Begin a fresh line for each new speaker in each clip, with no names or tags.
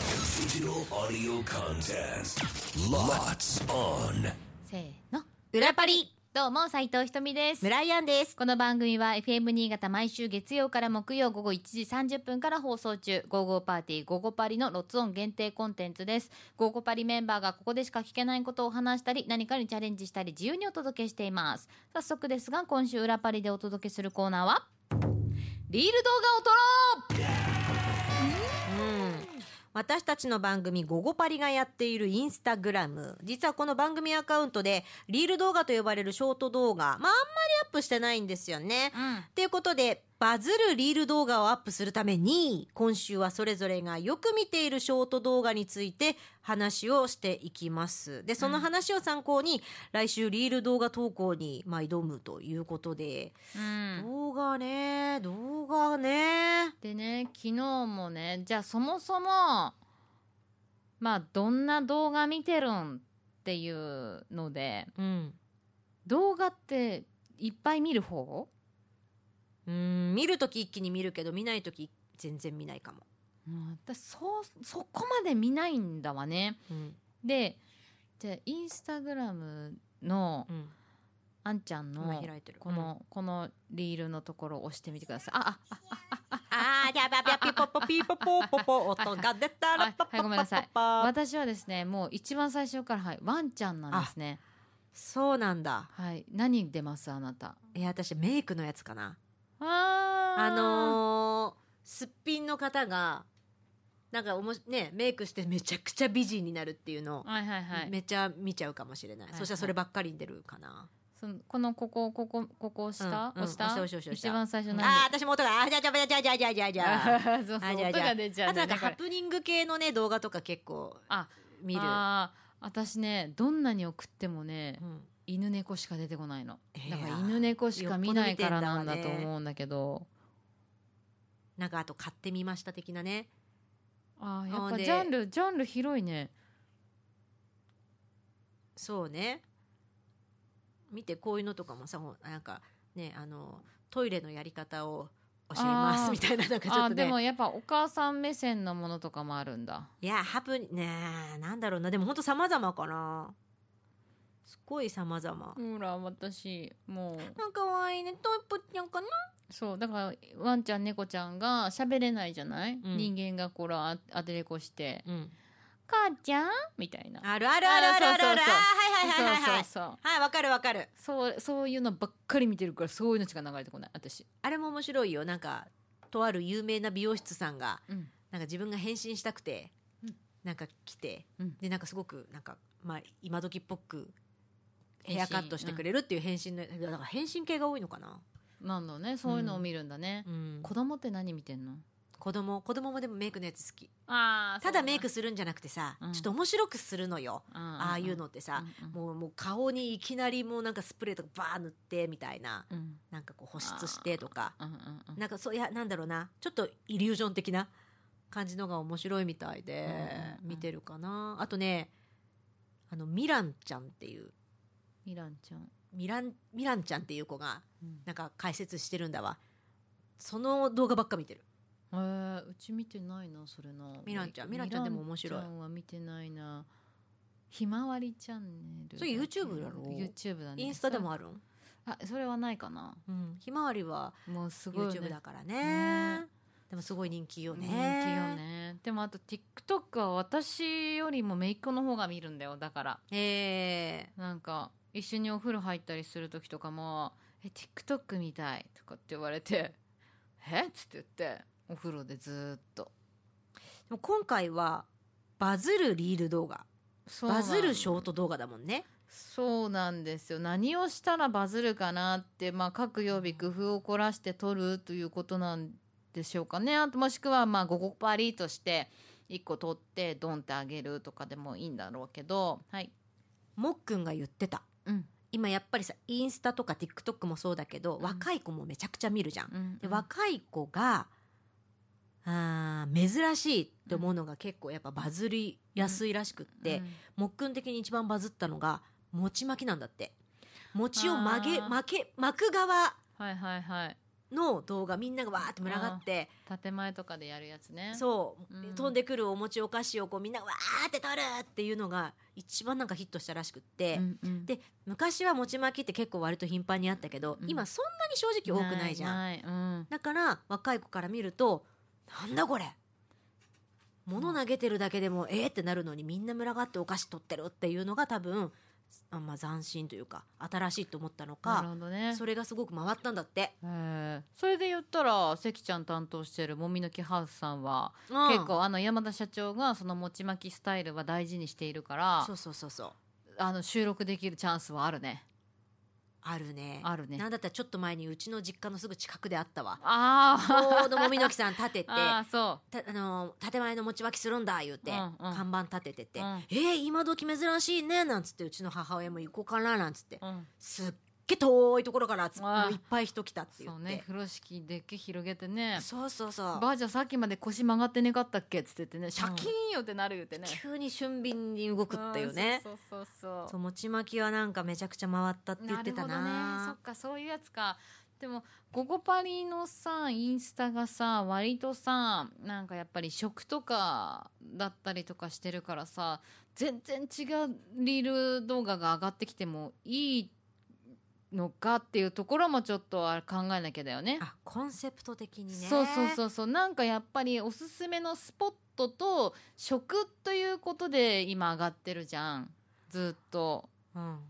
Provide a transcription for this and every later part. Digital audio contest. Lots on.
せーの裏パリどうも斉藤ひとみです
村井アンです。
この番組は FM 新潟毎週月曜から木曜午後1時30分から放送中「ゴーゴーパーティーゴーゴーパリ」のロッツオン限定コンテンツですゴーゴーパリメンバーがここでしか聞けないことを話したり何かにチャレンジしたり自由にお届けしています早速ですが今週裏パリでお届けするコーナーはリール動画を撮ろう
うん。私たちの番組「ゴゴパリ」がやっているインスタグラム実はこの番組アカウントでリール動画と呼ばれるショート動画、まあ、あんまりアップしてないんですよね。ということでバズるリール動画をアップするために今週はそれぞれがよく見ているショート動画について話をしていきます。でその話を参考に、来週リール動画投稿に、まあ、挑むということで、
うん、
動画ね動画ね。
でね昨日もねじゃあそもそもまあどんな動画見てるんっていうので
うん
動画っていっぱい見る方
うーん見るとき一気に見るけど見ないとき全然見ないかも、
うん私そうそこまで見ないんだわね
うん
でじゃあインスタグラムの
うん、
あんちゃん
今
の
開いてる
この、このリールのところを押してみてくださいあああ
あーピャピャピャピポポピポポポポ音が出た
はいは
ら
い
パパ
ごめんな
パ
さい
パパ
私はですねもう一番最初から、はい、ワンちゃんなんですね
そうなんだ
はい何出ますあなた
いや私メイクのやつかな
あー
あのー、すっぴんの方がなんかおもしねメイクしてめちゃくちゃ美人になるっていうのを
はいはいはい、
めちゃ見ちゃうかもしれな
は
い、
いはい
そしたらそればっかりに出るかな、
そのこのここここここ下、
うんうん
押した
押した押した押した
一番最初なん
ああー私も音があーじゃじゃじゃじゃじゃ じゃじゃ
あそうそう
あじ
音
ゃあじゃあ
が出ちゃう
あ
ん
とな
だね
んか
こ
ハ
れ
プニング系のね動画とか結構
あ
見る。
あー私ねどんなに送ってもね
うん
犬猫しか出てこないの
えー
だから犬猫しか見ないからなんだと思うんだけど
なんかあと買ってみました的なね。
あーや
ほ
っ
ん
ぱ
で
ジャンルジャンル広いね
そうね。見てこういうのとかもさ、ほんなんかねあのトイレのやり方を教えま
あー
すみたいななんかちょ
あ
っ
ー
と
でも
ね。
やっぱお母さん目線のものとかもあるんだ
いやハプニねーなんだろうなでも本当様々かな。すごい様々。
ほら私もう
なんか可愛いねトイプちゃんかな。
そうだからワンちゃん猫ちゃんが喋れないじゃない、
うん
人間がこらあ当てれこして
うん。
「母ちゃん?」みたいな
あるあるあるあるあるある。あーはいはいはいはいはい。
そうそう
はいわかるわかる。
そうそうそういうのばっかり見てるからそういうのしか流れてこない私、
あれも面白いよなんかとある有名な美容室さんが
うん、
なんか自分が変身したくて、
うん
なんか来て、
うん
でなんかすごくなんかまあ今時っぽく
変身
ヘアカットしてくれるっていう変身の、だから変身系が多いのかな、
なんだろうねそういうのを見るんだね、子
こ
供って何見てんの
子供子供もでもメイクのやつ好き
あ
ただメイクするんじゃなくてさ、
うん
ちょっと面白くするのよ、あ
あ
あいうの
っ
ってさ、もうもう顔にいきなりもうなんかスプレーとかバー塗ってみたいな
うんうん
なんかこう保湿してとか
うんうんうん
なんかそういやなんだろうなちょっとイリュージョン的な感じのが面白いみたいで
うんうんうん
見てるかなあとねあのミランちゃんっていう
ミランちゃん、
ミランミランちゃんっていう子が
うん
なんか解説してるんだわその動画ばっか見てる
えー、うち見てないなそれな
ミランちゃん
メイク
ミランちゃんでも面白い
ミランちゃんは見てないなひまわりチャンネル
それ YouTube だろ
YouTube だね
インスタでもあるん、
あそれはないかな
うん、ひまわりは
もうすごい、ね、
YouTube だからね
ね
でもすごい人気よね
人気よねでもあと TikTok は私よりも姪っ子の方が見るんだよだから
え
なんか一緒にお風呂入ったりする時とかも「え TikTok 見たい」とかって言われて「えっ?」つって言ってお風呂でずーっと
ーでも今回はバズるリール動画
そうなん
バズるショート動画だもんね
そうなんですよ何をしたらバズるかなって、まあ、各曜日工夫を凝らして撮るということなんでしょうかねあともしくはまあ5個パリとして1個取ってドンってあげるとかでもいいんだろうけどはい
もっくんが言ってた
うん
今やっぱりさインスタとか TikTok もそうだけど、
うん
若い子もめちゃくちゃ見るじゃん。
うん
で若い子があー珍しいって思うのが結構やっぱバズりやすいらしくって、
うん
もっくん的に一番バズったのが餅巻きなんだって餅を曲げ
あー
巻け巻く側
はいはいはい
の動画みんながわーって群がって
建前とかでやるやつね
そう、
うん
飛んでくるお餅お菓子をこうみんながわーって取るっていうのが一番なんかヒットしたらしくって、
うんうん
で昔は餅巻きって結構割と頻繁にあったけど、
うん
今そんなに正直多くないじゃん
ないうん
だから若い子から見るとなんだこれ物投げてるだけでもえー、ってなるのにみんな群がってお菓子取ってるっていうのが多分あまあ斬新というか新しいと思ったの
なる
か
ほどね
それがすごく回ったんだって、
えーそれで言ったら関ちゃん担当してるもみの木ハウスさんは、
うん
結構あの山田社長がそのもちまきスタイルは大事にしているから
そうそうそうそう
あの収録できるチャンスはあるね
あるね
あるね
なんだったらちょっと前にうちの実家のすぐ近くであった わち
あ
ょうどもみの木さん立てて
ー あー
た
そ
あのー建前の持ち分けするんだ言うて、
うんうん
看板立ててて「
うん
えー、今時珍しいね」なんつってうちの母親も行こうかななんつって
う、うん、
すっげえ遠いところから集
ああ
もういっぱい人来たって言
そう
って
ね風呂敷でっけ広げてね
そうそうそう
ばあちゃんさっきまで腰曲がってねかったっけっつっててねシャキーンよってなるよってね、
急に俊敏に動くっていうね
うんそうそう
そ
そう
餅巻きはなんかめちゃくちゃ回ったって
う
言ってたな
るほどねそっかそういうやつかでもゴゴパリのさインスタがさ割とさなんかやっぱり食とかだったりとかしてるからさ全然違うリール動画が上がってきてもいいのかっていうところもちょっとあれ考えなきゃだよね
あコンセプト的にね
そうそうそううそうなんかやっぱりおすすめのスポットと食ということで今上がってるじゃんずっと
うん、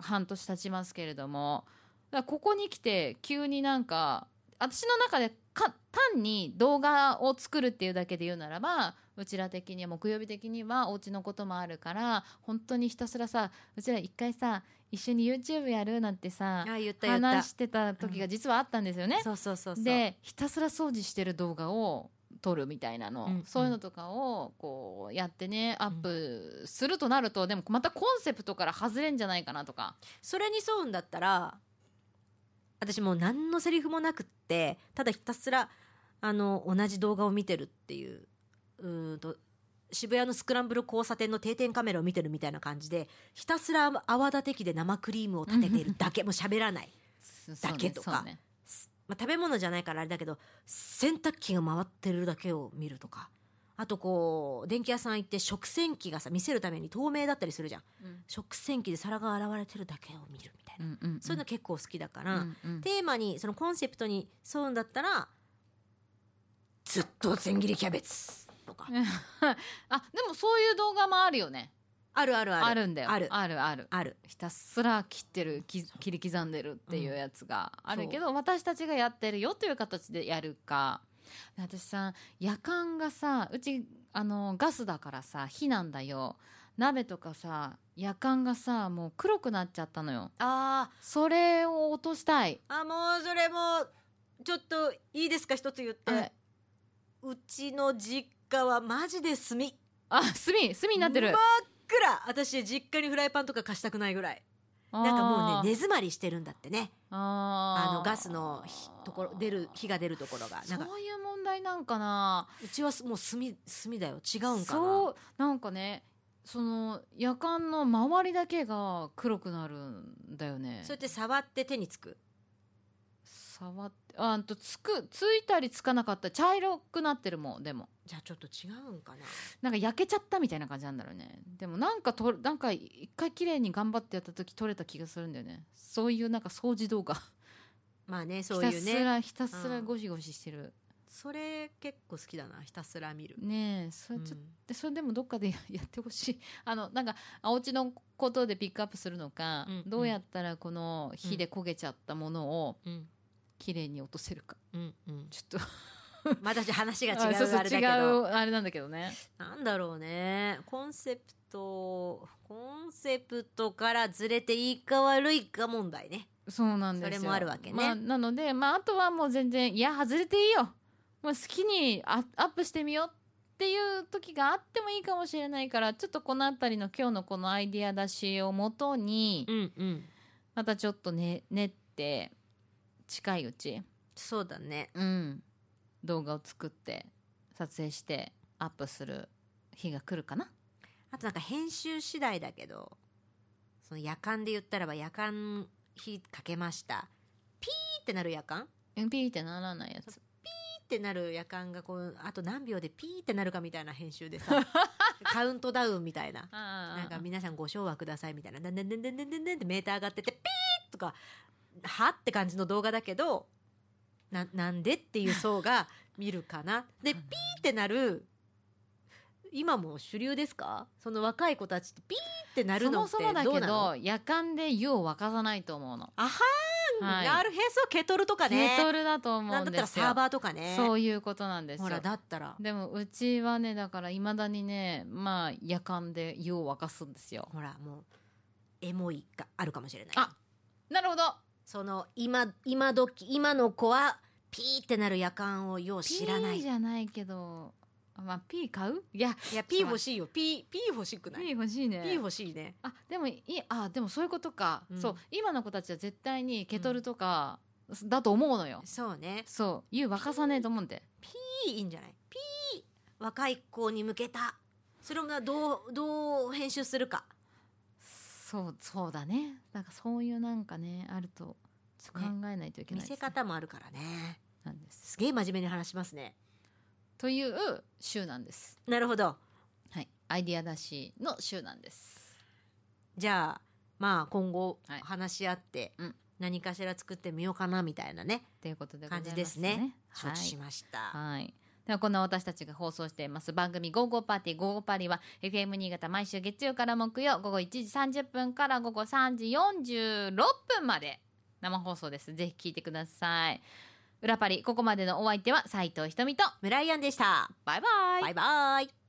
半年経ちますけれどもだからここに来て急になんか私の中でか単に動画を作るっていうだけで言うならばうちら的には木曜日的にはお家のこともあるから本当にひたすらさうちら一回さ一緒に YouTube やるなんてさ
あ言った言った
話してた時が実はあったんですよね。
そうそうそうそう
でひたすら掃除してる動画を撮るみたいなの、
うん
そういうのとかをこうやってねアップするとなると、でもまたコンセプトから外れんじゃないかなとか
それに沿うんだったら私もう何のセリフもなくってただひたすらあの同じ動画を見てるっていううーんと渋谷のスクランブル交差点の定点カメラを見てるみたいな感じでひたすら泡立て器で生クリームを立てているだけもう喋らない、
そ
だけとか
そうね
すまあ、食べ物じゃないからあれだけど洗濯機が回ってるだけを見るとかあとこう電気屋さん行って食洗機がさ見せるために透明だったりするじゃん
そうね
食洗機で皿が洗われてるだけを見るみたいな
う、んうんうん
そういうの結構好きだから、
うんうん
テーマにそのコンセプトに沿うんだったらずっと千切りキャベツとか
あでもそういう動画もあるよね
あるあるあ
あ
る
るんだよ
ある
あるある
ある
ひたすら切ってるき切り刻んでるっていうやつがあるけど、私たちがやってるよという形でやるか私さ夜間がさうちあのガスだからさ火なんだよ鍋とかさ夜間がさもう黒くなっちゃったのよ
あ
それを落としたい、
ーあもうそれもちょっといいですか一つ言って、
え
うちの実家はマジで炭真っ
あ炭炭になってる
真暗私実家にフライパンとか貸したくないぐらい
な
なんかもうね根詰まりしてるんだってね
あー
あのガスの火ところ出る火が出るところが
そ
なん
う
か
いう問題なんかな
うちはもう炭炭だよ違うんかな
そうなんかねその夜間の周りだけが黒くなるんだよね
そうやって触って手につく
触ってあんとつくついたりつかなかったり茶色くなってるもんでも
じゃあちょっと違うんかな
なんか焼けちゃったみたいな感じなんだろうねでもなんかとなんか一回綺麗に頑張ってやった時取れた気がするんだよねそういうなんか掃除動画
まあねそうい
ひ
う
たす
ね
らひたすら
うん
ゴシゴシしてる、
それ結構好きだなひたすら見る、
ねえそれ
う
ちょっと
ん
でそれでもどっかでや やってほしいあのなんかお家のことでピックアップするのか、
うん
どうやったらこの火で焦げちゃったものを
うん
きれいに落とせるか、
うんうん、
ちょっと
また私話が違
あそう
う
そう
あれだけ
違
ど
うあれなんだけどね
なんだろうねコンセプトコンセプトからずれていいか悪いか問題ね
そうなんですよ
それもあるわけね
まあ、なので、まあ、あとはもう全然いや外れていいよもう好きにアアップしてみようっていう時があってもいいかもしれないからちょっとこの辺りの今日のこのアイディア出しをもとに
んうん
またちょっとね練って近いうち
そうだね
うん、動画を作って撮影してアップする日が来るかな
あとなんか編集次第だけどその夜間で言ったらば夜間火かけましたピーってなる夜間
うんピーってならないやつ
ってなる夜間がこうあと何秒でピーってなるかみたいな編集でさカウントダウンみたいなな
なん
か皆さんご唱和くださいみたいな「でんでんでんでんでんでんでん」ってメーター上がっててピーッとか「は?」って感じの動画だけどななんでっていう層が見るかな。でピーってなる今も主流ですかその若い子たちってピーってなる
そ
の
も
って
そ
どう
も
な
だ
の
けど夜間で湯を沸かさないと思うの
あはーん、
はい
なるへそケトルとかね
ケトルだと思
な
うんん
だっ
で
たら
す
サー
よ
バーとかね
そういうことなんですよ
ほらだったら
でもうちはねだからいまだにねまあ夜間で湯を沸かすんですよ
ほらもうエモいがあるかもしれない
あなるほど
その今今時今の子はピーってなる夜間をよう知らない
ピーじゃないけどあまあピー買ういや
いやピー欲しいよピーピー欲しく
ピ
ない
ー欲しいね
ピー欲しいね
あでもいいあでもそういうことか、
うん
そう今の子たちは絶対にケトルとかだと思うのよ、
そうね
そう湯沸かさねえと思うんで
ピーいいんじゃないピー若い子に向けたそれもなどうどう編集するか
そうそうだねなんかそういうなんかねあるとちょっと考えないといけ
見
ないです、
せ
ね
方もあるからね
なんです
すげえ真面目に話しますね
という週なんです
なるほど
はいアイディア出しの週なんです
じゃあまあ今後
はい
話し合って
うん
何かしら作ってみようかなみたいなね
ということでござい
感
ます、
じですね承
はい
知しました、
はい。ではこんな私たちが放送しています番組「ゴーゴーパーティーゴーゴーパーリー」は FM 新潟毎週月曜から木曜午後1時30分から午後3時46分まで生放送ですぜひ聞いてください裏パリここまでのお相手は斉藤ひとみと
ムライアンでした
バイバイ
バイバイ